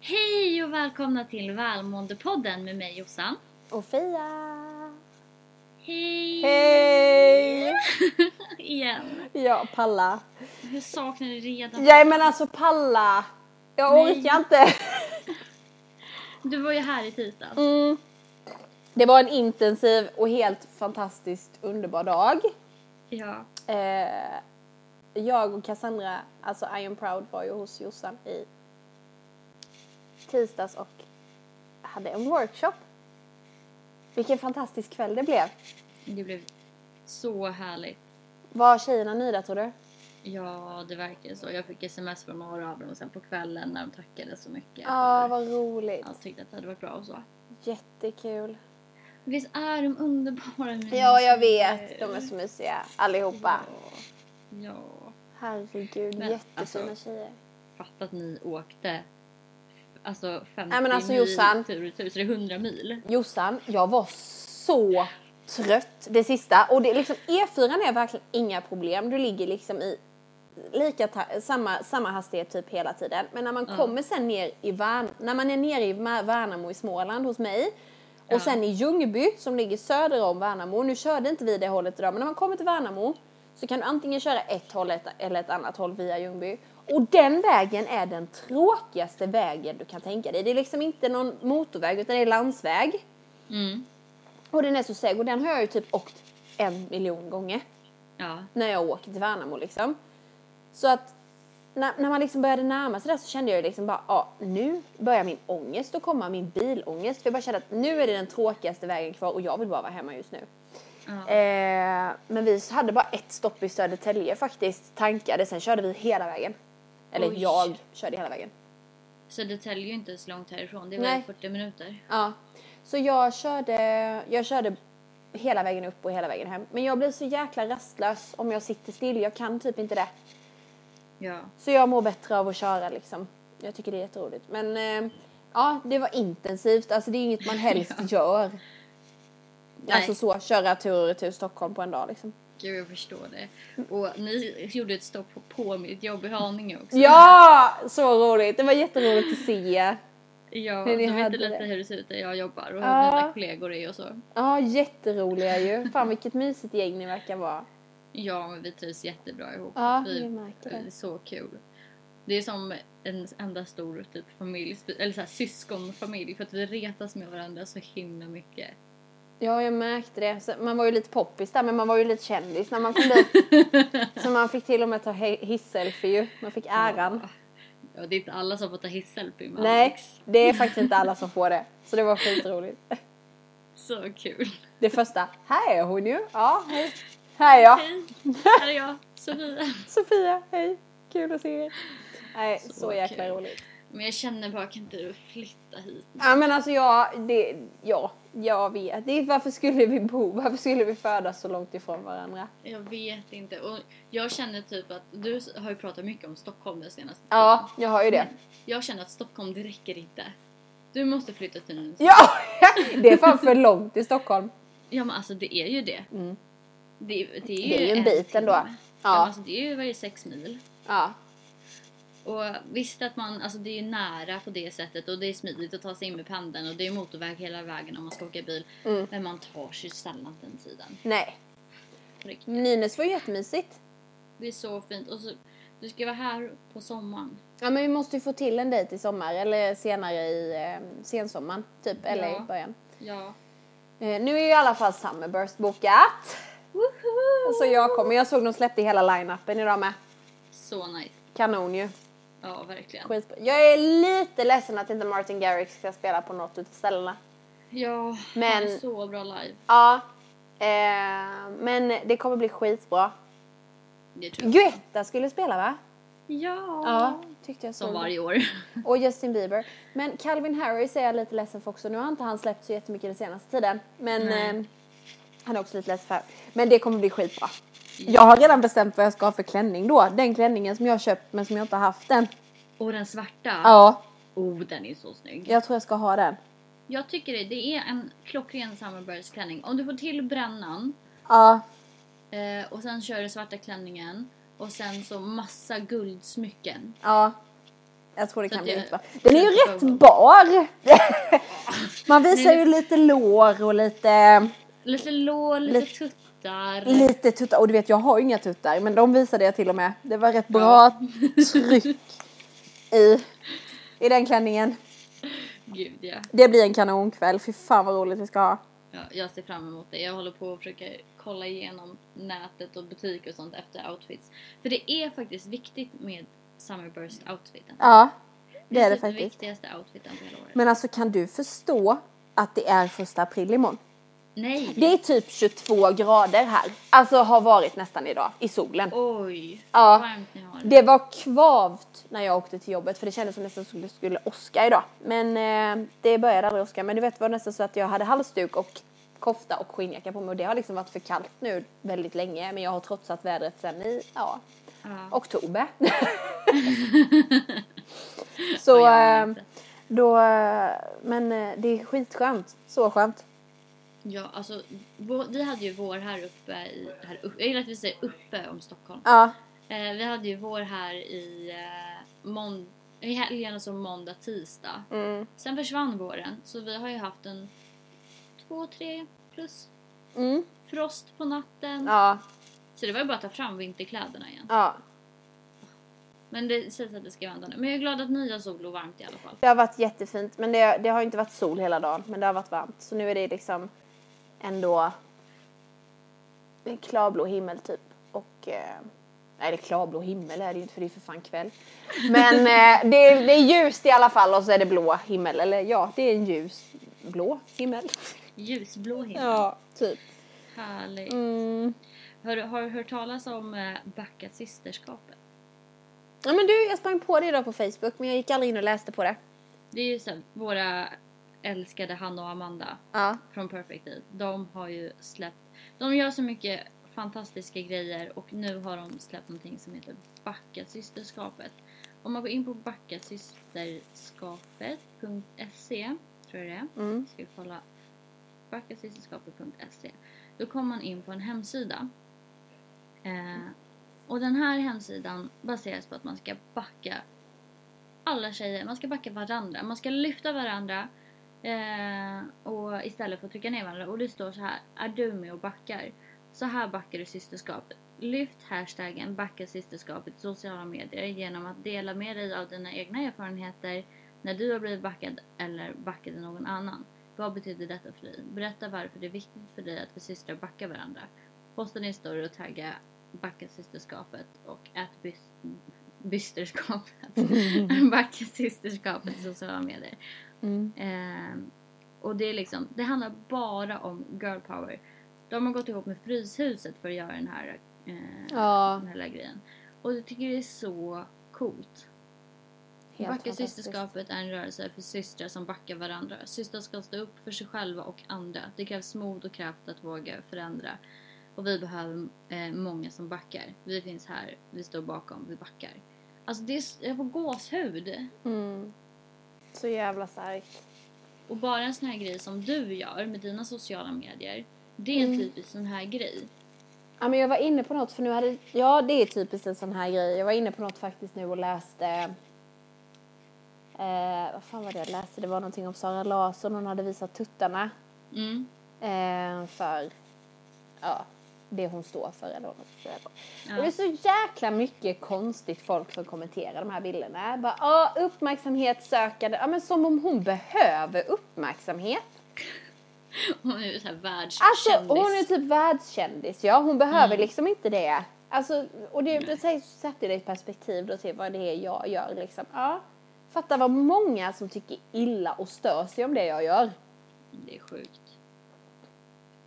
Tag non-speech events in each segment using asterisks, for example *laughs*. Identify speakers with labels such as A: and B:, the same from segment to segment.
A: Hej och välkomna till Välmåendepodden med mig Jossan.
B: Och Fia!
A: Hej!
B: Hej!
A: Igen.
B: Ja, palla.
A: Hur saknar du redan?
B: Nej men alltså palla! Jag
A: Nej.
B: orkar inte.
A: Du var ju här i tisdags.
B: Mm. Det var en intensiv och helt fantastiskt underbar dag.
A: Ja.
B: Eh, jag och Cassandra, alltså I am proud, var ju hos Jossan i tisdags och hade en workshop. Vilken fantastisk kväll det blev.
A: Det blev så härligt.
B: Var tjejerna nöjda tror du?
A: Ja, det verkar ju så. Jag fick sms från några av dem och sen på kvällen när de tackade så mycket.
B: Ja,
A: för
B: vad roligt.
A: Allt tyckte att det hade varit bra och så.
B: Jättekul.
A: Visst är de underbara nu?
B: Ja, jag vet. De är så mysiga allihopa.
A: Ja.
B: Herregud,
A: Men,
B: jättefina
A: alltså,
B: tjejer.
A: Fatta att ni åkte alltså 50
B: Nej, men alltså,
A: mil
B: Jossan.
A: tur och tur, så det är 100 mil.
B: Jossan, jag var så trött det sista. Och det är liksom, E4 är verkligen inga problem. Du ligger liksom i lika ta- samma, samma hastighet typ hela tiden. Men när man
A: Ja.
B: kommer sen ner i Värn- när man är nere i Ma- Värnamo i Småland hos mig och
A: Ja.
B: sen i Ljungby som ligger söder om Värnamo. Nu körde inte vi det hållet idag men när man kommer till Värnamo så kan du antingen köra ett håll ett- eller ett annat håll via Ljungby. Och den vägen är den tråkigaste vägen du kan tänka dig. Det är liksom inte någon motorväg utan det är landsväg.
A: Mm.
B: Och den är så seg och den har jag ju typ åkt en miljon gånger
A: Ja.
B: när jag åker till Värnamo liksom. Så att när, när man liksom började närma sig det så kände jag ju liksom bara, ja nu börjar min ångest att komma, min bilångest. För jag bara kände att nu är det den tråkigaste vägen kvar och jag vill bara vara hemma just nu.
A: ja.
B: Eh, men vi hade bara ett stopp i Södertälje faktiskt, tankade, sen körde vi hela vägen. Eller
A: Oj.
B: jag körde hela vägen.
A: Södertälje är ju inte så långt härifrån, det var
B: Nej.
A: ju 40 minuter.
B: Ja. Så jag körde, jag körde hela vägen upp och hela vägen hem. Men jag blir så jäkla rastlös om jag sitter still, jag kan typ inte det.
A: Ja.
B: Så jag mår bättre av att köra liksom. Jag tycker det är jätteroligt. Men eh, ja, det var intensivt. Alltså det är inget man *laughs* helst gör.
A: Nej.
B: Alltså så, köra tur och retur Stockholm på en dag liksom.
A: Gud, jag förstår det. Och ni gjorde ett stopp på, på mitt jobb i Haninge också.
B: Ja, så roligt. Det var jätteroligt att se er.
A: ja
B: Men ni
A: du vet
B: hade
A: lite
B: det.
A: hur det ser ut där jag jobbar och hur
B: Ja.
A: mina kollegor är och så.
B: Ja, jätteroliga ju. Fan vilket mysigt gäng ni verkar vara.
A: Ja, men vi trivs jättebra ihop.
B: Ja,
A: vi,
B: jag märker det.
A: är så kul. Det är som en enda stor typ familj, sp- eller så här, syskonfamilj för att vi retas med varandra så himla mycket.
B: Ja, jag märkte det. Så man var ju lite poppis där, men man var ju lite kändis när *laughs* man kom dit. så man fick till och med ta he- hisselfie ju. Man fick äran.
A: Ja. Ja, det är inte alla som får ta hisselfie med
B: Nej,
A: Alex.
B: det är faktiskt inte alla som får det. Så det var skitroligt.
A: Så kul.
B: Det första, här är hon ju. Ja, hej. Här är jag.
A: Hej, här är jag, Sofia.
B: Sofia, hej. Kul att se er. Nej, så,
A: Så
B: jäkla
A: kul.
B: roligt.
A: Men jag känner bara, kan inte du flytta hit?
B: Ja, men alltså jag, det, ja, jag vet. Det är, varför skulle vi bo? Varför skulle vi födas så långt ifrån varandra?
A: Jag vet inte. Och jag känner typ att, du har ju pratat mycket om Stockholm den senaste
B: Ja, jag har ju det.
A: tiden. Jag känner att Stockholm, det räcker inte. Du måste flytta till Nynäshamn.
B: *laughs* Ja, *laughs* det är fan för långt i Stockholm.
A: Ja men alltså det är ju det.
B: Mm.
A: Det, det, är, ju
B: Det är ju en bit
A: timme.
B: ändå.
A: Ja. men
B: Ja,
A: alltså det är ju varje sex mil.
B: ja.
A: Och visst att man, alltså det är ju nära på det sättet och det är smidigt att ta sig in med pendeln och det är motorväg hela vägen om man ska åka bil.
B: Mm.
A: Men man tar sig sällan den tiden.
B: Nej.
A: På riktigt.
B: Nynäs var ju jättemysigt.
A: Det är så fint. Och så, du ska vara här på sommaren.
B: Ja, men vi måste ju få till en dejt i sommar eller senare i eh, sensommaren typ, eller
A: Ja.
B: i början.
A: Ja.
B: Eh, nu är ju i alla fall Summerburst bokat.
A: Woho!
B: Så Alltså, jag kommer. Jag såg de släppte hela line-upen idag med.
A: Så nice.
B: Kanon ju.
A: Ja, verkligen.
B: Skitbra. Jag är lite ledsen att inte Martin Garrix ska spela på något utav ställena.
A: Ja,
B: Men-
A: han är så bra live.
B: Ja. Eh, men det kommer bli skitbra.
A: Det tror jag.
B: Guetta skulle spela va?
A: Ja.
B: Ja, tyckte jag
A: Som
B: såg.
A: varje år. *laughs*
B: Och Justin Bieber. Men Calvin Harris är jag lite ledsen för också. Nu har inte han släppt så jättemycket den senaste tiden. Men
A: Nej.
B: eh, han är också lite ledsen för. Men det kommer bli skitbra. Jag har redan bestämt vad jag ska ha för klänning då. Den klänningen som jag har köpt men som jag inte har haft än.
A: Och den svarta.
B: Ja,
A: Oh, den är så snygg.
B: jag tror jag ska ha den.
A: Jag tycker det, det är en klockren summerburst-klänning. Om du får till brännan
B: Ja,
A: eh, och sen kör du svarta klänningen och sen så massa guldsmycken.
B: ja. Jag tror det
A: Så
B: kan
A: att
B: bli
A: jag-
B: inte Den är ju
A: jag-
B: rätt
A: *laughs*
B: bar. Man visar
A: Nej,
B: ju lite lår och lite,
A: Lite lår, lite tuttar.
B: lite tuttar. Och du vet jag har ju inga tuttar men de visade jag till och med. Det var rätt bra tryck i, i den klänningen.
A: Gud ja.
B: Det blir en kanonkväll. Fy fan vad roligt vi ska ha.
A: ja. Jag ser fram emot det. Jag håller på att försöka kolla igenom nätet och butiker och sånt efter outfits. För det är faktiskt viktigt med Summerburst outfiten.
B: Ja, det är det
A: typ Den
B: faktiskt.
A: viktigaste outfiten på hela året.
B: Men alltså kan du förstå att det är första april imorgon?
A: Nej!
B: Det är typ 22 grader här. Alltså har varit nästan idag i solen.
A: Oj!
B: Ja.
A: Vad varmt ni har.
B: Det var kvavt när jag åkte till jobbet för det kändes som nästan som det skulle åska idag. Men eh, det började aldrig åska. Men du vet det var nästan så att jag hade halsduk och kofta och skinnjacka på mig och det har liksom varit för kallt nu väldigt länge men jag har trotsat vädret sen i, ja,
A: Ja.
B: oktober. *laughs* så
A: Vad gör man
B: eh,
A: inte?
B: då, eh, men eh, det är skitskönt. Så skönt.
A: Ja, alltså vår, vi hade ju vår här uppe i... Här uppe, jag gillar att vi säger uppe om Stockholm.
B: Ja,
A: Eh, vi hade ju vår här i, eh, månd- i helgen, alltså måndag, tisdag.
B: mm,
A: Sen försvann våren, så vi har ju haft en två, tre plus
B: mm,
A: frost på natten.
B: ja,
A: Så det var ju bara att ta fram vinterkläderna igen.
B: ja.
A: Men det sägs att det ska vända nu. Men jag är glad att ni har sol och varmt i alla fall.
B: Det har varit jättefint, men det, det har ju inte varit sol hela dagen, men det har varit varmt. Så nu är det liksom ändå en klarblå himmel typ. Och, eh, nej, det är klarblå himmel är det ju inte för det är för fan kväll. *laughs* Men eh, det, är, det är ljust i alla fall och så är det blå himmel. Eller ja, det är en ljus blå himmel.
A: Ljusblå himmel.
B: Ja, typ.
A: Härligt.
B: Mm.
A: Har, du- har du hört talas om eh, Backat systerskapet?
B: Ja men du, jag sprang på det idag på Facebook, men jag gick aldrig in och läste på det.
A: Det är ju så här, våra älskade Hanna och Amanda
B: Ja.
A: från Perfect Day. De har ju släppt, de gör så mycket fantastiska grejer och nu har de släppt någonting som heter Backa systerskapet. Om man går in på backasysterskapet.se tror jag det är.
B: Mm.
A: Ska vi kolla. Backasysterskapet.se Då kommer man in på en hemsida. Eh, och den här hemsidan baseras på att man ska backa alla tjejer, man ska backa varandra, man ska lyfta varandra eh, och istället för att trycka ner varandra. Och det står så här, är du med och backar? Så här backar du systerskapet. Lyft hashtaggen backa systerskapet i sociala medier genom att dela med dig av dina egna erfarenheter när du har blivit backad eller backade någon annan. Vad betyder detta för dig? Berätta varför det är viktigt för dig att vi systrar backar varandra. Posta din story och tagga backa systerskapet och ät bysterskapet. *laughs* backa systerskapet i sociala medier.
B: *laughs* Mm.
A: Ehm, och det är liksom, det handlar bara om girl power. De har gått ihop med Fryshuset för att göra den här, eh,
B: Ja,
A: den här lilla grejen. Och jag tycker det är så coolt.
B: helt
A: Backa
B: fantastiskt.
A: systerskapet är en rörelse för systrar som backar varandra. Systrar ska stå upp för sig själva och andra. Det krävs mod och kraft att våga förändra. Och vi behöver eh, många som backar. Vi finns här, vi står bakom, vi backar. Alltså det är, s- jag får gåshud.
B: Mm. Så jävla starkt.
A: Och bara en sån här grej som du gör med dina sociala medier. Det
B: Mm.
A: är en typisk sån här grej. *laughs*
B: Ja, men jag var inne på något för nu hade... Ja, det är typiskt en sån här grej. Jag var inne på något faktiskt nu och läste... Eh, vad fan var det jag läste? Det var någonting om Sara Larsson. Hon hade visat tuttarna
A: Mm.
B: eh, för ja, det hon står för. Eller vad man ska säga.
A: Ja.
B: Och det är så jäkla mycket konstigt folk som kommenterar de här bilderna. Bara, ah, uppmärksamhetssökande. Ja, men som om hon behöver uppmärksamhet.
A: Hon är ju såhär
B: Alltså
A: världskändis.
B: hon är typ världskändis ja, hon behöver liksom inte det. Alltså, och det, det säger- sätter det i perspektiv då till vad det är jag gör liksom. Ja. Fatta vad många som tycker illa och stör sig om det jag gör.
A: Det är sjukt.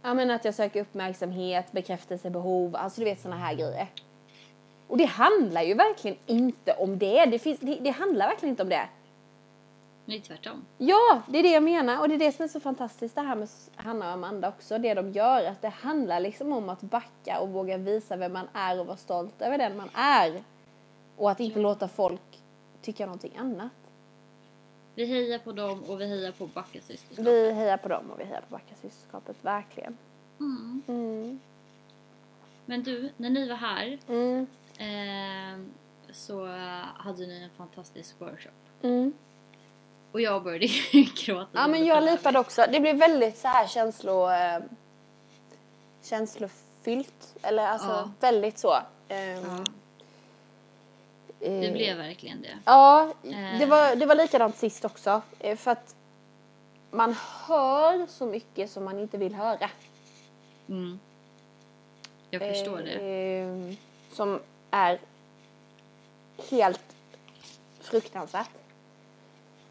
B: Ja men att jag söker uppmärksamhet, bekräftelsebehov, alltså du vet sådana här grejer. Och det handlar ju verkligen inte om det. Det, finns, det, det handlar verkligen inte om det.
A: Nej tvärtom.
B: Ja, det är det jag menar och det är det som är så fantastiskt det här med Hanna och Amanda också, det de gör, att det handlar liksom om att backa och våga visa vem man är och vara stolt över den man är. Och att inte låta folk tycka någonting annat.
A: Vi hejar på dem och vi hejar på Backa systerskap.
B: Vi hejar på dem och vi hejar på Backa systerskapet, verkligen.
A: Mm.
B: Mm.
A: Men du, när ni var här
B: Mm.
A: eh, så eh, hade ni en fantastisk workshop.
B: Mm.
A: Och jag började *laughs* gråta.
B: Ja men jag lipade också. Det blev väldigt så här känslo... Eh, känslofyllt. Eller alltså
A: Ja.
B: väldigt så. Eh,
A: Ja,
B: eh,
A: det blev verkligen det.
B: Ja,
A: Eh.
B: det var, det var likadant sist också. Eh, För att man hör så mycket som man inte vill höra.
A: Mm. Jag förstår det.
B: Eh, Som är helt fruktansvärt.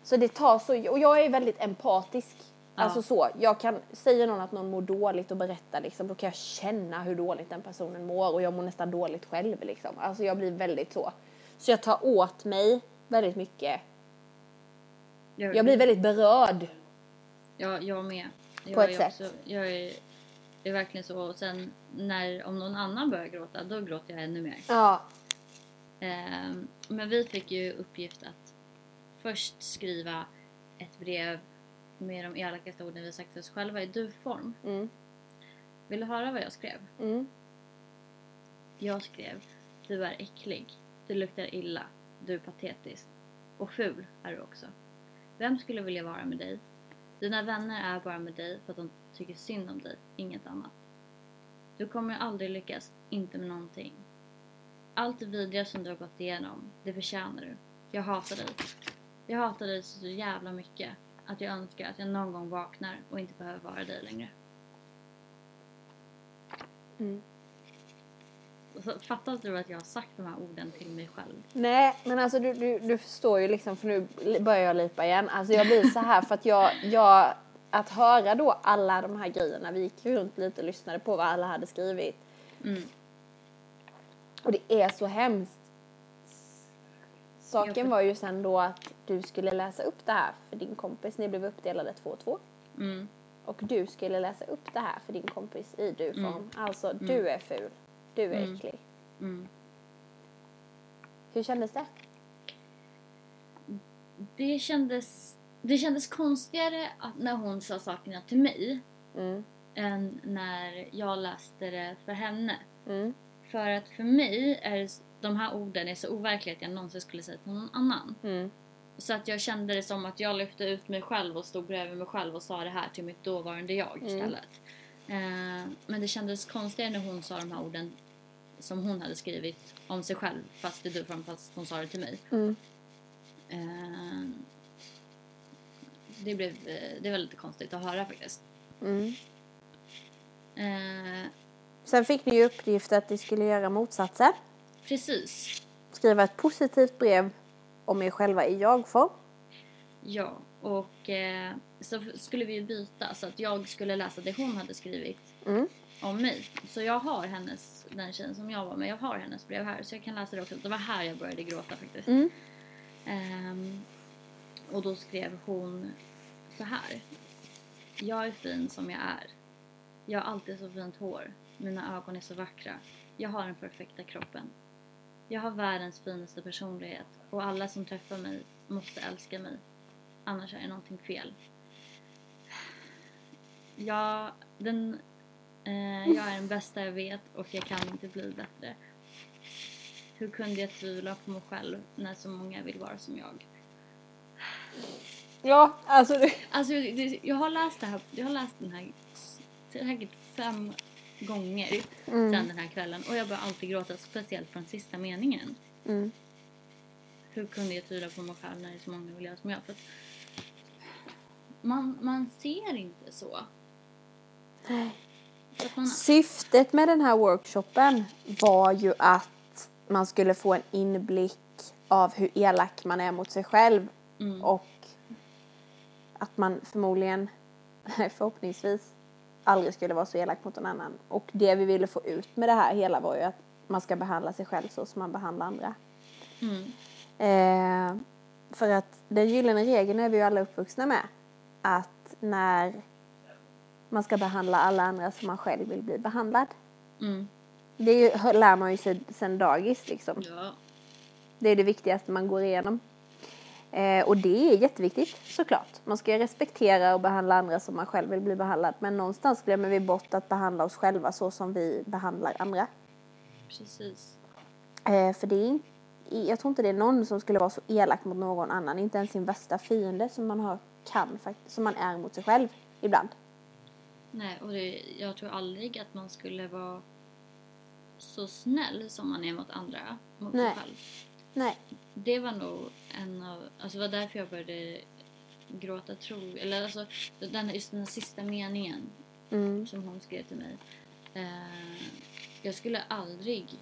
B: Så det tar så, och jag är väldigt empatisk.
A: Ja.
B: Alltså så, jag kan, säger någon att någon mår dåligt och berättar liksom, då kan jag känna hur dåligt den personen mår och jag mår nästan dåligt själv liksom. Alltså jag blir väldigt så. Så jag tar åt mig väldigt mycket. Jag blir väldigt berörd.
A: Ja, jag med. Jag
B: På ett
A: är
B: sätt.
A: Också, jag är, är verkligen så. Och sen när, om någon annan börjar gråta, då gråter jag ännu mer.
B: Ja.
A: Ehm, men vi fick ju uppgift att först skriva ett brev med de elakaste orden vi sagt till oss själva i du-form.
B: Mm.
A: Vill du höra vad jag skrev?
B: Mm.
A: Jag skrev Du är äcklig. Du luktar illa. Du är patetisk. Och ful är du också. Vem skulle vilja vara med dig? Dina vänner är bara med dig för att de tycker synd om dig, inget annat. Du kommer aldrig lyckas, inte med någonting. Allt det vidriga som du har gått igenom, det förtjänar du. Jag hatar dig. Jag hatar dig så jävla mycket att jag önskar att jag någon gång vaknar och inte behöver vara dig längre.
B: Mm.
A: Och så Fattar du att jag har sagt de här orden till mig själv?
B: Nej, men alltså du, du, du förstår ju liksom för nu börjar jag lipa igen. Alltså jag blir så här för att jag, jag, att höra då alla de här grejerna, vi gick ju runt lite och lyssnade på vad alla hade skrivit.
A: Mm.
B: Och det är så hemskt.
A: Jag för-
B: Saken var ju sen då att du skulle läsa upp det här för din kompis, ni blev uppdelade två och två.
A: Mm.
B: Och du skulle läsa upp det här för din kompis i du-form.
A: Mm.
B: Alltså, du är ful, du är
A: Mm.
B: äcklig.
A: Mm.
B: Hur kändes det?
A: Det kändes, det kändes konstigare att när hon sa sakerna till mig
B: Mm,
A: än när jag läste det för henne.
B: mm,
A: För att för mig är det s- de här orden är så overkliga att jag någonsin skulle säga till någon annan.
B: mm,
A: Så att jag kände det som att jag lyfte ut mig själv och stod bredvid mig själv och sa det här till mitt dåvarande jag
B: Mm.
A: istället. Eh, men det kändes konstigare när hon sa de här orden som hon hade skrivit om sig själv fast det du fast hon sa det till mig.
B: mm.
A: Eh, det, blev, eh, det var lite konstigt att höra faktiskt.
B: mm.
A: Eh,
B: Sen fick ni ju uppgift att ni skulle göra motsatsen.
A: precis.
B: Skriva ett positivt brev om er själva i jag-form.
A: Ja, och eh, så f- skulle vi ju byta så att jag skulle läsa det hon hade skrivit
B: Mm.
A: om mig. Så jag har hennes, den tjejen som jag var med, jag har hennes brev här så jag kan läsa det också. Det var här jag började gråta faktiskt.
B: Mm.
A: Ehm, och då skrev hon så här. Jag är fin som jag är. Jag har alltid så fint hår. Mina ögon är så vackra. Jag har den perfekta kroppen. Jag har världens finaste personlighet och alla som träffar mig måste älska mig. Annars är det någonting fel. Jag, den, eh, jag är den bästa jag vet och jag kan inte bli bättre. Hur kunde jag tvivla på mig själv när så många vill vara som jag?
B: Ja, alltså
A: Alltså, det- det- jag har läst, det här, jag har läst den här s- säkert fem gånger
B: Mm.
A: sen den här kvällen och jag börjar alltid gråta, speciellt från sista meningen.
B: Mm.
A: Hur kunde jag tvivla på mig själv när det är så många vill göra som jag? För att man, man ser inte
B: *gasps*
A: så. För att man,
B: Syftet med den här workshopen var ju att man skulle få en inblick av hur elak man är mot sig själv
A: Mm.
B: och att man förmodligen, nej, förhoppningsvis, aldrig skulle vara så elak mot någon annan. Och det vi ville få ut med det här hela var ju att man ska behandla sig själv så som man behandlar andra.
A: mm,
B: Eh, för att den gyllene regeln är vi ju alla uppvuxna med. Att när man ska behandla alla andra som man själv vill bli behandlad.
A: mm,
B: Det är ju, hö- lär man ju sig sen dagis liksom.
A: ja.
B: Det är det viktigaste man går igenom. Eh, och det är jätteviktigt såklart. Man ska ju respektera och behandla andra som man själv vill bli behandlad. Men någonstans glömmer vi bort att behandla oss själva så som vi behandlar andra.
A: Precis.
B: Eh, för det är, in- jag tror inte det är någon som skulle vara så elak mot någon annan, inte ens sin värsta fiende som man har, kan faktiskt, som man är mot sig själv ibland.
A: Nej, och det, jag tror aldrig att man skulle vara så snäll som man är mot andra, mot
B: Nej.
A: sig själv.
B: Nej,
A: Det var nog en av, alltså det var därför jag började gråta tro, eller alltså den, just den här sista meningen
B: mm,
A: som hon skrev till mig. Eh, jag skulle aldrig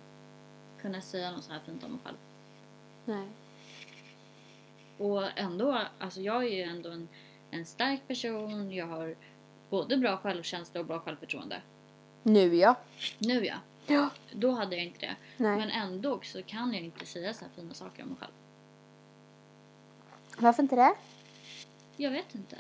A: kunna säga något så här fint om mig själv.
B: nej,
A: Och ändå, alltså jag är ju ändå en, en stark person, jag har både bra självkänsla och bra självförtroende.
B: nu ja.
A: Nu ja,
B: Ja,
A: då hade jag inte det.
B: nej.
A: Men ändå så kan jag inte säga så här fina saker om mig själv.
B: Varför inte det?
A: Jag vet inte.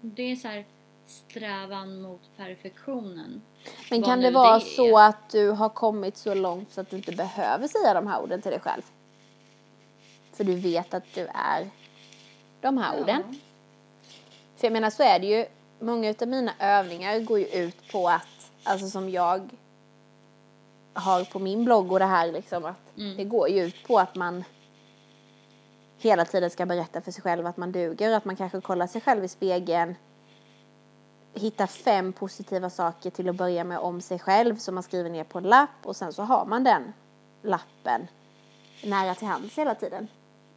A: Det är så här strävan mot perfektionen.
B: Men
A: Vad
B: kan
A: nu
B: det vara
A: det är.
B: så att du har kommit så långt så att du inte behöver säga de här orden till dig själv? För du vet att du är de här orden. För jag menar så är det ju, många utav mina övningar går ju ut på att, alltså som jag har på min blogg och det här liksom att
A: Mm.
B: det går ju ut på att man hela tiden ska berätta för sig själv att man duger och att man kanske kollar sig själv i spegeln hitta fem positiva saker till att börja med om sig själv som man skriver ner på en lapp och sen så har man den lappen nära till hands hela tiden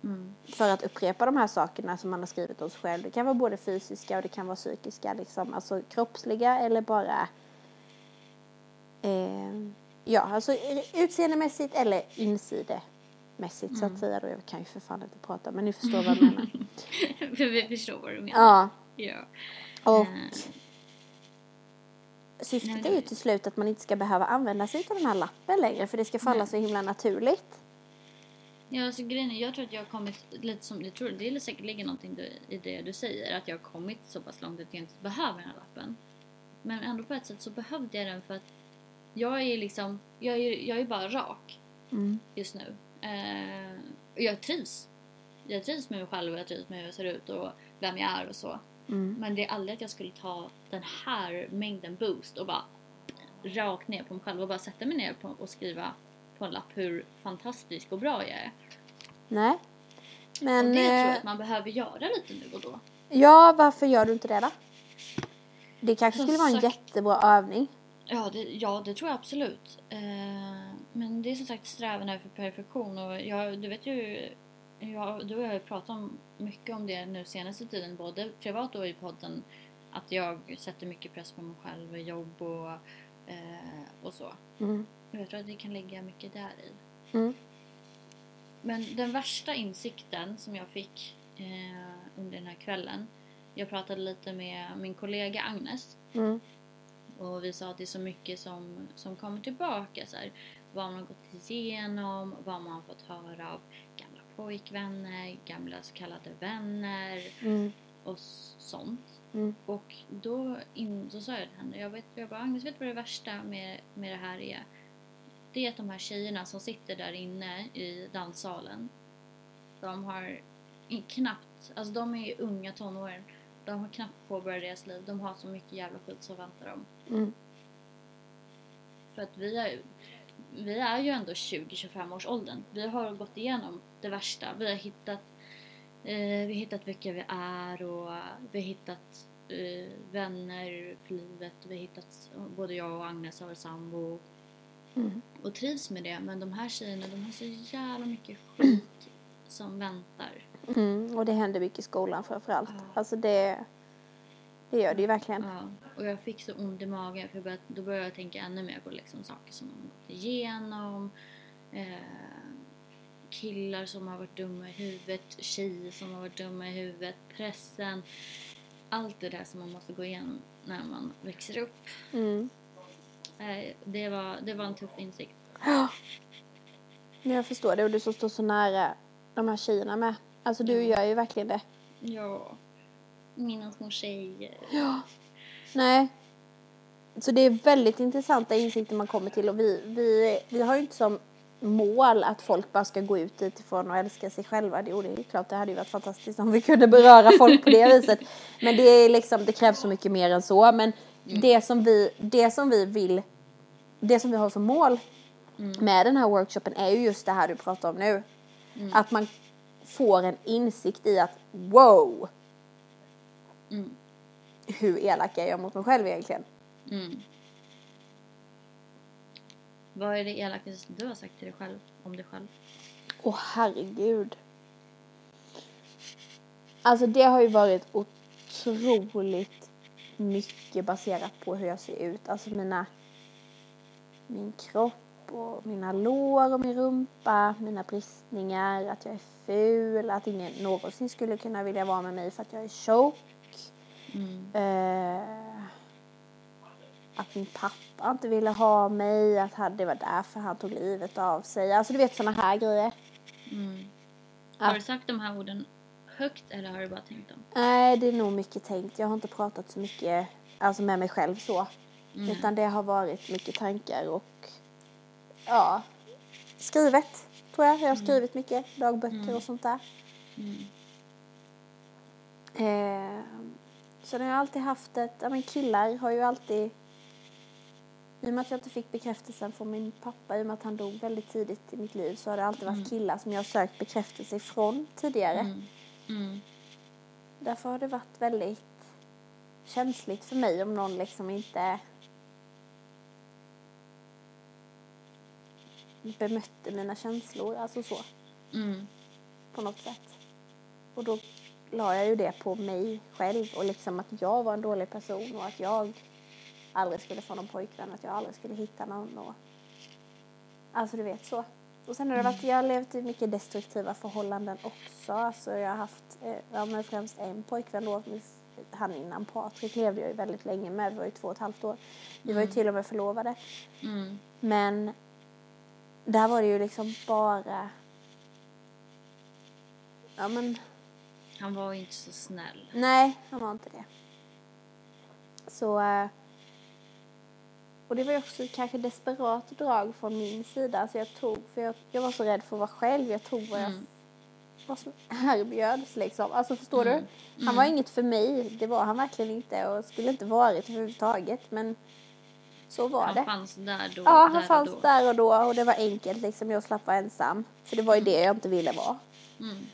A: Mm.
B: för att upprepa de här sakerna som man har skrivit om sig själv. Det kan vara både fysiska och det kan vara psykiska, liksom. alltså kroppsliga eller bara eh, ja, alltså utseendemässigt eller insidemässigt så
A: Mm.
B: att säga. Då. Jag kan ju för fan inte
A: *laughs*
B: prata men ni förstår vad jag menar.
A: *laughs* För vi förstår vad du menar.
B: Ja,
A: Ja.
B: och
A: Eh, Nej,
B: syftet
A: det-
B: är ju till slut att man inte ska behöva använda sig av den här lappen längre för det ska falla
A: Nej.
B: så himla naturligt.
A: Ja, alltså grejen är, jag tror att jag har kommit lite som du tror, det är säkert ligger någonting du- i det du säger, att jag har kommit så pass långt att jag inte behöver den här lappen. Men ändå på ett sätt så behövde jag den för att jag är liksom, jag är, ju- jag är bara rak just nu. Eh, och jag trivs. Jag trivs med mig själv och jag trivs med hur jag ser ut och vem jag är och så. Men det är aldrig att jag skulle ta den här mängden boost och bara rakt ner på mig själv och bara sätta mig ner på, och skriva på en lapp hur fantastisk och bra jag är.
B: Nej. Men,
A: och det tror jag
B: eh,
A: att man behöver göra lite nu och då.
B: Ja, varför gör du inte det då? Det kanske
A: Som
B: skulle vara en
A: sagt-
B: jättebra övning.
A: Ja, det, ja, det tror jag absolut. Eh, men det är som sagt strävan efter perfektion och jag, du vet ju, jag, du och jag har ju pratat om, mycket om det nu senaste tiden, både privat och i podden, att jag sätter mycket press på mig själv och jobb och, eh, och så.
B: Mm.
A: Och jag tror att det kan ligga mycket där i.
B: Mm.
A: Men den värsta insikten som jag fick eh, under den här kvällen, jag pratade lite med min kollega Agnes
B: Mm.
A: och vi sa att det är så mycket som, som kommer tillbaka. Så här, vad man har gått igenom, vad man har fått höra av gamla pojkvänner, gamla så kallade vänner
B: Mm.
A: och s- sånt.
B: Mm.
A: Och då, in, så sa jag till henne, jag, vet, jag bara Agnes vet du vad det värsta med, med det här är? Det är att de här tjejerna som sitter där inne i danssalen, de har i- knappt, alltså de är ju unga tonåren, de har knappt påbörjat deras liv, de har så mycket jävla skit som väntar dem.
B: Mm.
A: För att vi är, vi är ju ändå 20-25 års åldern. Vi har gått igenom det värsta. Vi har hittat, eh, vi har hittat vilka vi är och vi har hittat eh, vänner för livet. Vi har hittat, både jag och Agnes har varit sambo
B: Mm.
A: och trivs med det. Men de här tjejerna, de har så jävla mycket skit som väntar.
B: Mm. Och det händer mycket i skolan framförallt.
A: Ja.
B: Alltså det, det gör det ju verkligen.
A: Ja, och jag fick så ont i magen för jag började, då började jag tänka ännu mer på liksom saker som man gått igenom. Eh, killar som har varit dumma i huvudet, tjejer som har varit dumma i huvudet, pressen. Allt det där som man måste gå igenom när man växer upp.
B: Mm.
A: Eh, det, var, det var en tuff insikt.
B: Men jag förstår det och du som står så nära de här tjejerna med. Alltså du gör ju verkligen det.
A: Ja, mina små tjejer.
B: Nej. Så det är väldigt intressanta insikter man kommer till och vi, vi, vi har ju inte som mål att folk bara ska gå ut utifrån och älska sig själva. Det, jo, det är ju klart, det hade ju varit fantastiskt om vi kunde beröra folk på det viset. Men det, är liksom, det krävs så mycket mer än så. Men det, som vi, det som vi vill, det som vi har som mål med den här workshopen är ju just det här du pratar om nu. Att man får en insikt i att wow!
A: Mm.
B: Hur elak är jag mot mig själv egentligen?
A: Mm. Vad är det elakaste du har sagt till dig själv, om dig själv?
B: Åh herregud. Alltså det har ju varit otroligt mycket baserat på hur jag ser ut. Alltså mina, min kropp och mina lår och min rumpa, mina bristningar, att jag är ful, att ingen någonsin skulle kunna vilja vara med mig för att jag är tjock.
A: Mm.
B: Eh, att min pappa inte ville ha mig, att han- det var därför han tog livet av sig. Alltså du vet sådana här grejer.
A: Mm.
B: Ja.
A: Har du sagt de här orden högt eller har du bara tänkt dem?
B: Nej, det är nog mycket tänkt. Jag har inte pratat så mycket alltså med mig själv så.
A: Mm.
B: Utan det har varit mycket tankar och ja, skrivet tror jag. Jag har skrivit mycket, dagböcker och sånt där.
A: Mm.
B: Eh, sen har jag alltid haft ett, ja men killar har ju alltid, i och med att jag inte fick bekräftelsen från min pappa, i och med att han dog väldigt tidigt i mitt liv så har det alltid varit killar som jag har sökt bekräftelse ifrån tidigare.
A: Mm. Mm.
B: Därför har det varit väldigt känsligt för mig om någon liksom inte bemötte mina känslor, alltså så,
A: Mm.
B: på något sätt. Och då la jag ju det på mig själv och liksom att jag var en dålig person och att jag aldrig skulle få någon pojkvän, att jag aldrig skulle hitta någon och alltså du vet så. Och sen har det varit, jag har levt i mycket destruktiva förhållanden också, alltså jag har haft, eh, ja men främst en pojkvän då, min f- han innan Patrik levde jag ju väldigt länge med, vi var ju två och ett halvt år. Vi var ju till och med förlovade.
A: Mm.
B: Men där var det ju liksom bara, ja men
A: Han var ju inte så snäll.
B: Nej, han var inte det. Så... eh, Och det var ju också kanske ett desperat drag från min sida. Alltså jag tog, för jag, jag var så rädd för att vara själv. Jag tog vad, jag,
A: Mm.
B: vad som erbjöds liksom. Alltså förstår
A: Mm.
B: du? Han var inget för mig. Det var han verkligen inte och skulle inte varit överhuvudtaget. Men så var
A: Han
B: det.
A: fanns där då.
B: Ja,
A: där
B: han
A: och
B: fanns
A: då.
B: där och då och det var enkelt liksom. Jag slapp vara ensam. För det var ju det jag inte ville vara.
A: Mm.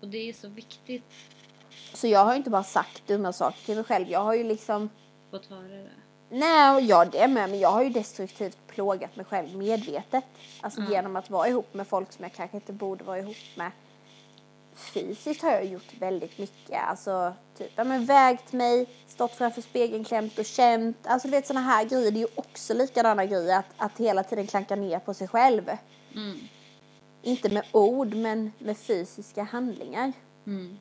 A: Och det är så viktigt
B: Så jag har ju inte bara sagt dumma saker till mig själv. Jag har ju liksom
A: att höra det.
B: Nej, och jag det med. Men jag har ju destruktivt plågat mig själv medvetet. Alltså
A: Mm.
B: genom att vara ihop med folk som jag kanske inte borde vara ihop med. Fysiskt har jag gjort väldigt mycket. Alltså, typ, ja men vägt mig, stått framför spegeln, klämt och känt. Alltså du vet sådana här grejer. Det är ju också likadana grejer. Att, att hela tiden klanka ner på sig själv.
A: Mm.
B: Inte med ord, men med fysiska handlingar.
A: Mm.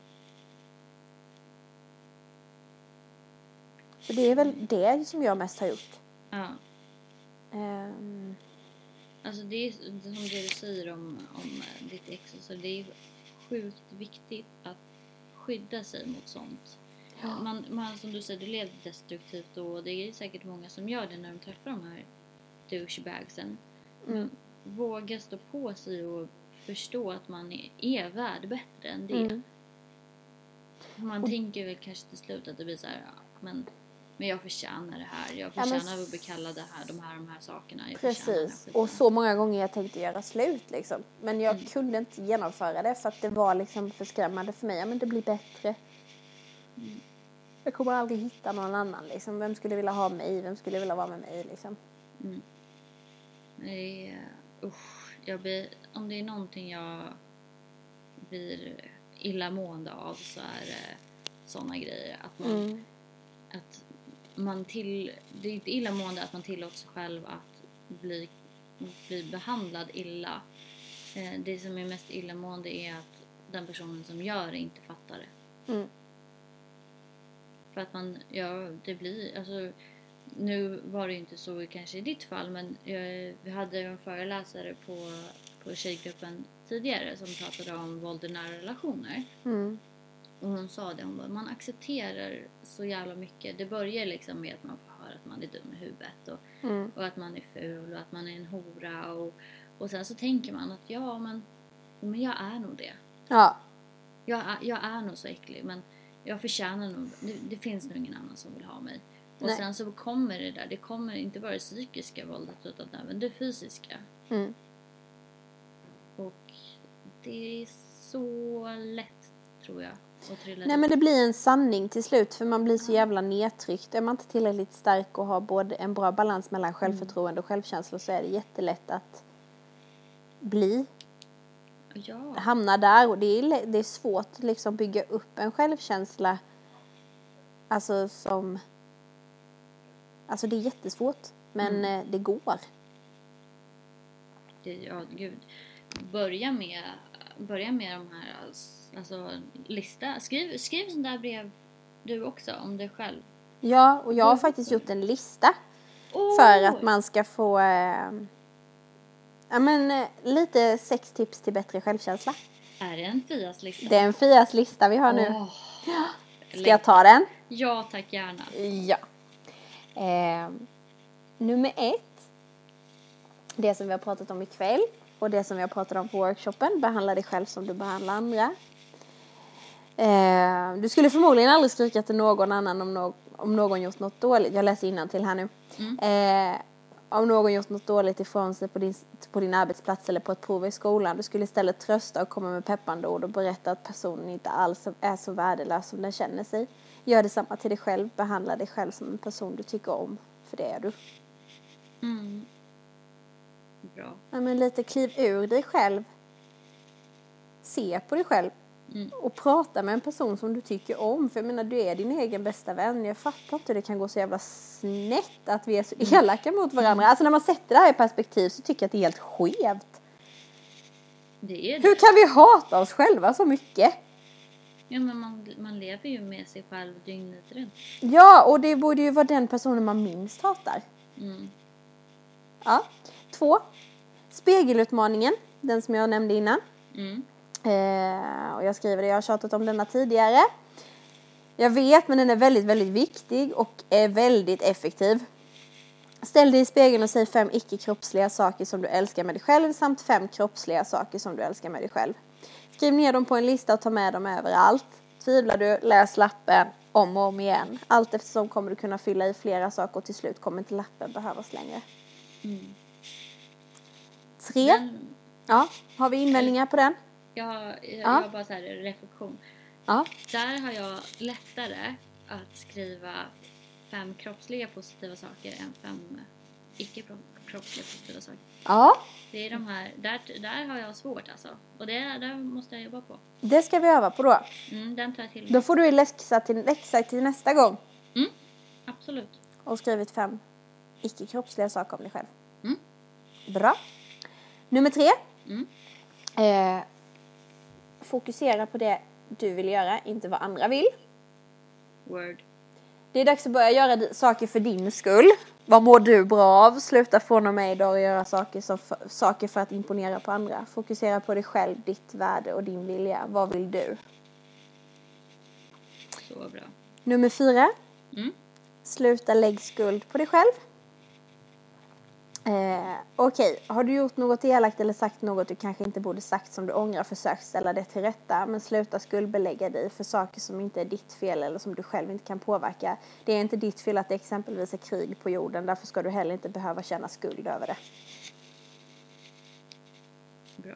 B: Så det är väl det som jag mest har gjort.
A: Ja.
B: Ehm,
A: Alltså det är som det du säger om, om ditt ex och så det är sjukt viktigt att skydda sig mot sånt. Man, man, som du säger, du lever destruktivt och det är säkert många som gör det när de träffar de här douchebagsen.
B: Mm.
A: Men våga stå på sig och förstå att man är, är värd bättre än det.
B: Mm.
A: Man tänker väl kanske till slut att det blir så här, ja, men, men jag förtjänar det här, jag
B: Ja, men
A: förtjänar att bli kallad det här, de här, de här sakerna. Jag förtjänar den här
B: Precis.
A: skiten.
B: Och så många gånger jag tänkte göra slut liksom. Men jag
A: Mm.
B: kunde inte genomföra det för att det var liksom för skrämmande för mig. Ja men det blir bättre.
A: Mm.
B: Jag kommer aldrig hitta någon annan liksom. Vem skulle vilja ha mig? Vem skulle vilja vara med mig liksom?
A: Det är, Eh, usch, jag blir, om det är någonting jag blir illamående av så är det sådana grejer. Att man,
B: Mm.
A: att man till, det är ett illamående att man tillåter sig själv att bli, bli behandlad illa. Eh, Det som är mest illamående är att den personen som gör det inte fattar det.
B: Mm.
A: För att man, ja det blir, alltså nu var det ju inte så kanske i ditt fall men jag, vi hade en föreläsare på, på tjejgruppen tidigare som pratade om våld i nära relationer.
B: Mm.
A: Och hon sa det, hon bara, man accepterar så jävla mycket. Det börjar liksom med att man får höra att man är dum i huvudet och,
B: Mm.
A: och att man är ful och att man är en hora och, och sen så tänker man att ja men, men jag är nog det.
B: Ja.
A: Jag, är- jag är nog så äcklig men jag förtjänar nog, det, det finns nog ingen annan som vill ha mig. Och
B: Nej.
A: sen så kommer det där, det kommer inte bara det psykiska våldet utan även det fysiska.
B: Mm.
A: Och det är så lätt tror jag att trilla
B: Nej
A: dit.
B: men det blir en sanning till slut för man blir så jävla nedtryckt. Är man inte tillräckligt stark och har både en bra balans
A: Mm.
B: mellan självförtroende och självkänsla så är det jättelätt att bli,
A: Ja,
B: hamna där och det är, lä- det är svårt att liksom bygga upp en självkänsla. Alltså som, alltså det är jättesvårt men eh, det går.
A: det, ja gud. Börja med, börja med de här, alltså lista. Skriv, skriv sånt där brev du också om dig själv.
B: Ja och jag har
A: Mm.
B: faktiskt gjort en lista
A: Oh!
B: För att man ska få eh, ja, men, eh, lite sex tips till bättre självkänsla.
A: Är det en Fias lista?
B: Det är en Fias lista vi har nu.
A: Åh,
B: Ska jag ta den?
A: Ja tack gärna.
B: Ja. Eh, nummer ett. Det som vi har pratat om ikväll och det som vi har pratat om på workshopen. Behandla dig själv som du behandlar andra. Eh, du skulle förmodligen aldrig skrika till någon annan om, no- om någon gjort något dåligt. Jag läser till här nu. Eh, om någon gjort något dåligt ifrån sig på din, på din arbetsplats eller på ett prov i skolan. Du skulle istället trösta och komma med peppande ord och berätta att personen inte alls är så värdelös som den känner sig. Gör detsamma till dig själv. Behandla dig själv som en person du tycker om. För det är du.
A: Mm. Bra.
B: Ja, men lite kliv ur dig själv. Se på dig själv.
A: Mm.
B: Och prata med en person som du tycker om. För jag menar, du är din egen bästa vän. Jag fattar inte hur det kan gå så jävla snett att vi är så elaka mot varandra. Alltså när man sätter det här i perspektiv så tycker jag att det är helt skevt.
A: Det är det.
B: Hur kan vi hata oss själva så mycket?
A: Ja, men man, man lever ju med sig själv dygnet runt.
B: Ja, och det borde ju vara den personen man minst hatar.
A: Mm.
B: Ja. Två. Spegelutmaningen. Den som jag nämnde innan.
A: Mm.
B: Eh, och jag skriver det, jag har tjatat om denna tidigare. Jag vet, men den är väldigt, väldigt viktig och är väldigt effektiv. Ställ dig i spegeln och säg fem icke-kroppsliga saker som du älskar med dig själv samt fem kroppsliga saker som du älskar med dig själv. Skriv ner dem på en lista och ta med dem överallt. Tvivlar du, läs lappen om och om igen. Allt eftersom kommer du kunna fylla i flera saker och till slut kommer inte lappen behövas längre.
A: Mm.
B: Tre.
A: Den,
B: Ja, har vi invändningar på den?
A: jag, har- jag,
B: Ja.
A: jag har bara så här reflektion.
B: Ja.
A: Där har jag lättare att skriva fem kroppsliga positiva saker än fem icke-kroppsliga positiva saker.
B: Ja,
A: Det är de här, där, där har jag svårt alltså. Och det där måste jag jobba på.
B: det ska vi öva på då.
A: Mm, den tar jag till mig.
B: Då får du läxa till, läxa till nästa gång
A: Mm, absolut.
B: och skrivit fem icke-kroppsliga saker om dig själv.
A: Mm.
B: Bra. Nummer tre.
A: Mm.
B: Eh, fokusera på det du vill göra, inte vad andra vill.
A: Word.
B: Det är dags att börja göra di- saker för din skull. Vad mår du bra av? Sluta från och med idag och göra saker, som för, saker för att imponera på andra. Fokusera på dig själv, ditt värde och din vilja. Vad vill du?
A: Så bra.
B: Nummer fyra.
A: Mm.
B: Sluta lägg skuld på dig själv. Eh, Okej, har du gjort något elakt eller sagt något du kanske inte borde sagt som du ångrar, försök ställa det till rätta. Men sluta skuldbelägga dig för saker som inte är ditt fel eller som du själv inte kan påverka. Det är inte ditt fel att det exempelvis är krig på jorden, därför ska du heller inte behöva känna skuld över det.
A: Bra.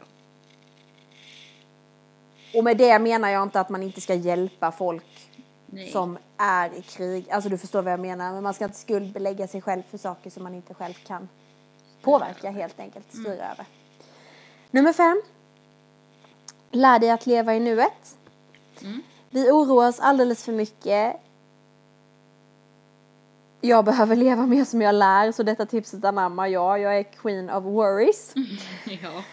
B: Och med det menar jag inte att man inte ska hjälpa folk
A: Nej.
B: som är i krig. Alltså du förstår vad jag menar, men man ska inte skuldbelägga sig själv för saker som man inte själv kan påverka helt enkelt,
A: Mm.
B: styra över. Nummer fem. Lär dig att leva i nuet.
A: Mm.
B: Vi oroar oss alldeles för mycket. Jag behöver leva mer som jag lär, så detta tipset anammar jag. Jag är queen of worries.
A: *laughs* ja.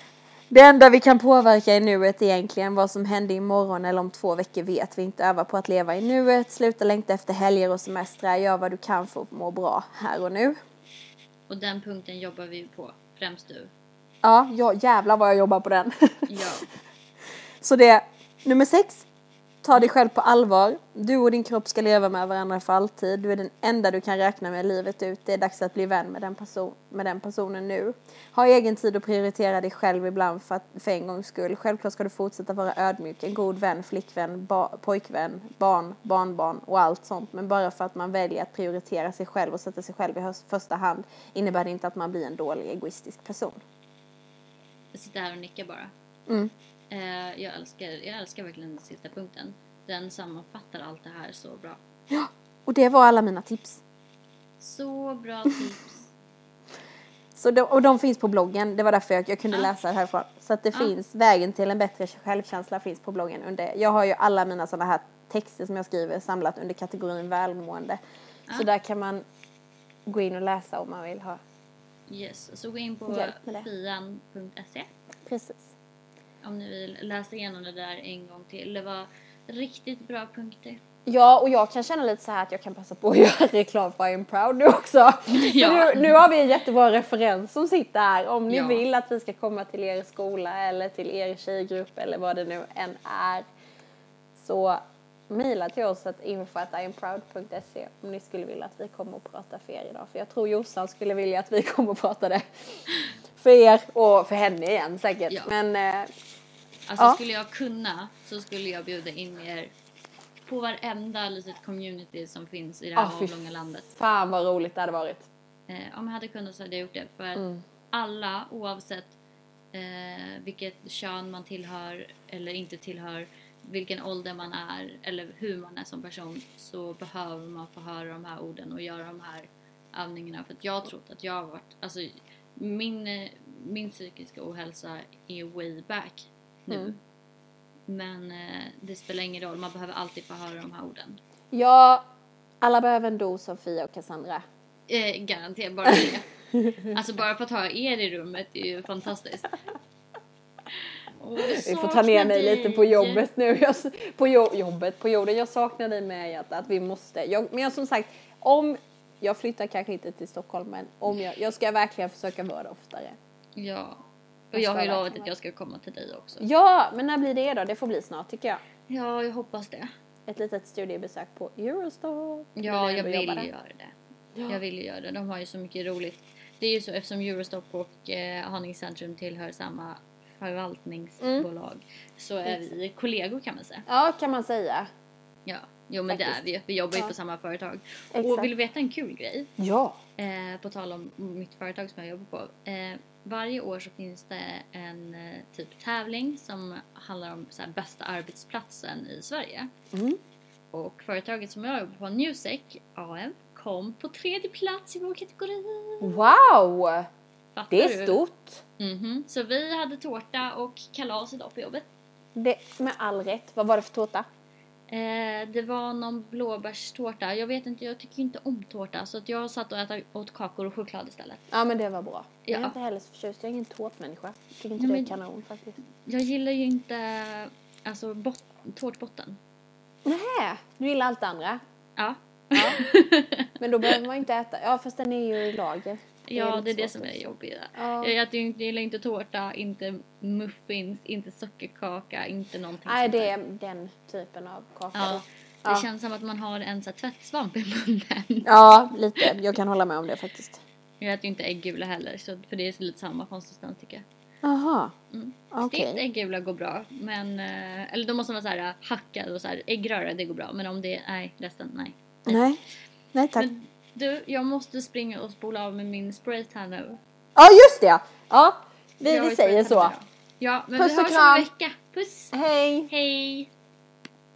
B: Det enda vi kan påverka i nuet är egentligen vad som hände imorgon eller om två veckor vet vi inte. Öva på att leva i nuet, sluta längta efter helger och semestrar, gör vad du kan för att må bra här och nu.
A: Och den punkten jobbar vi ju på. Främst du.
B: Ja, *laughs* jag, jävlar vad jag jobbar på den.
A: Ja.
B: Så det, nummer sex. Ta dig själv på allvar. Du och din kropp ska leva med varandra för alltid. Du är den enda du kan räkna med livet ut. Det är dags att bli vän med den, perso- med den personen nu. Ha egen tid och prioritera dig själv ibland för, att, för en gångs skull. Självklart ska du fortsätta vara ödmjuk. En god vän, flickvän, ba- pojkvän, barn, barnbarn och allt sånt. Men bara för att man väljer att prioritera sig själv och sätta sig själv i hös- första hand innebär det inte att man blir en dålig egoistisk person.
A: Jag sitter här och nickar bara.
B: Mm.
A: Eh, jag, älskar, jag älskar verkligen den sista punkten. Den sammanfattar allt det här så bra.
B: Och det var alla mina tips.
A: Så bra tips.
B: Så de, och de finns på bloggen, det var därför jag, jag kunde
A: Ja.
B: läsa det härifrån. Så att det
A: Ja.
B: finns, vägen till en bättre självkänsla finns på bloggen. Under, jag har ju alla mina sådana här texter som jag skriver samlat under kategorin välmående. Så
A: Ja.
B: där kan man gå in och läsa om man vill ha.
A: Yes, så gå in på
B: Hjälp med det.
A: fian.se
B: Precis.
A: om ni vill läsa igenom det där en gång till. Det var riktigt bra punkter.
B: Ja, och jag kan känna lite så här att jag kan passa på att *laughs* göra reklam för I am proud nu också. För
A: Ja.
B: Nu, nu har vi en jättebra referens som sitter här. Om ni
A: Ja.
B: vill att vi ska komma till er skola eller till er tjejgrupp eller vad det nu än är. Så mejla till oss att info.iamproud.se om ni skulle vilja att vi kommer och pratar för er idag. För jag tror Jossan skulle vilja att vi kommer och pratade för er och för henne igen säkert.
A: Ja.
B: Men eh,
A: Alltså
B: Ja.
A: skulle jag kunna så skulle jag bjuda in er på varenda litet community som finns i det här
B: Ah, fy
A: avlånga landet.
B: fan vad roligt det hade varit.
A: Eh, om jag hade kunnat så hade jag gjort det. För att alla, oavsett eh, vilket kön man tillhör eller inte tillhör, vilken ålder man är eller hur man är som person så behöver man få höra de här orden och göra de här övningarna. För att jag har trott att jag har varit, alltså min, eh, min psykiska ohälsa är way back nu. Men eh, det spelar ingen roll, man behöver alltid få höra de här orden.
B: Ja, alla behöver en dos av Fia och Cassandra.
A: Eh, garanterat bara det. Alltså bara för att ha er i rummet är ju fantastiskt. Åh, jag
B: Vi får ta
A: saknar
B: ner mig lite på
A: dig.
B: jobbet nu. Jag, på jo, jobbet, på jorden. Jag saknar dig med hjärtat. Vi måste. Jag, men jag, som sagt, om jag flyttar kanske inte till Stockholm men om jag, jag ska verkligen försöka vara det oftare.
A: Ja. Och
B: Jag
A: jag har ju
B: ska
A: lovat
B: verkligen.
A: att jag ska komma till dig också.
B: Ja, men när blir det då? Det får bli snart tycker jag.
A: Ja, jag hoppas det.
B: Ett litet studiebesök på Eurostar.
A: Ja,
B: När
A: jag
B: vi
A: vill
B: jobbar
A: ju
B: där.
A: göra det. Jag vill ju göra det. De har ju så mycket roligt. Det är ju så eftersom Eurostop och eh, Haninge Centrum tillhör samma förvaltningsbolag
B: Mm.
A: så är vi kollegor kan man säga.
B: Ja, kan man säga.
A: Ja, jo men
B: Faktiskt.
A: det är vi ju. Vi jobbar ju
B: Ja.
A: på samma företag.
B: Exakt.
A: Och vill du veta en kul grej?
B: Ja.
A: Eh, på tal om mitt företag som jag jobbar på. Eh, varje år så finns det en eh, typ tävling som handlar om så här, bästa arbetsplatsen i Sverige.
B: Mm.
A: Och företaget som jag jobbar på, Newsec AM, kom på tredje plats i vår kategori.
B: Wow!
A: Fattar
B: Det
A: du?
B: är stort.
A: Mhm. Så vi hade tårta och kalas idag på jobbet.
B: Det, med all rätt. Vad var det för tårta?
A: Eh, det var någon blåbärstårta. Jag vet inte, jag tycker ju inte om tårta så att jag satt och äta, åt kakor och choklad istället.
B: Ja men det var bra. Jag är
A: Ja.
B: inte heller så förtjust, jag är ingen tårtmänniska. Tycker inte
A: Ja,
B: det är
A: men-
B: kanon faktiskt.
A: Jag gillar ju inte alltså, bot- tårtbotten.
B: Nej, du gillar allt det andra.
A: Ja, *laughs*
B: Ja. men då behöver man ju inte äta. Ja fast den är ju i lager.
A: ja
B: lite
A: det är det
B: svårt
A: som
B: också.
A: är jobbigt.
B: Ja.
A: Jag äter ju inte, gillar inte tårta, inte muffins, inte sockerkaka, inte någonting
B: Nej
A: sånt
B: det
A: där.
B: är den typen av kaka.
A: liksom. Ja. Det
B: Ja.
A: känns som att man har en så här, tvättsvamp i munnen. *laughs*
B: ja lite, jag kan hålla med om det faktiskt.
A: Jag äter ju inte äggula heller, så, för det är lite samma konsistens tycker jag.
B: Jaha,
A: Mm.
B: okej.
A: Stekt äggula går bra, men... eh, Eller de måste vara så här hackade och så här äggröra, det går bra. Men om det är... Nej, resten, nej.
B: Nej. Nej tack.
A: Men du, jag måste springa och spola av med min sprayt här nu.
B: Ja just det ja. Vi,
A: Jag har
B: vi
A: ju spraytan
B: säger så.
A: idag. Ja, men
B: Puss
A: vi
B: och
A: hörs om
B: kram.
A: en vecka. Puss!
B: Hej.
A: Hej!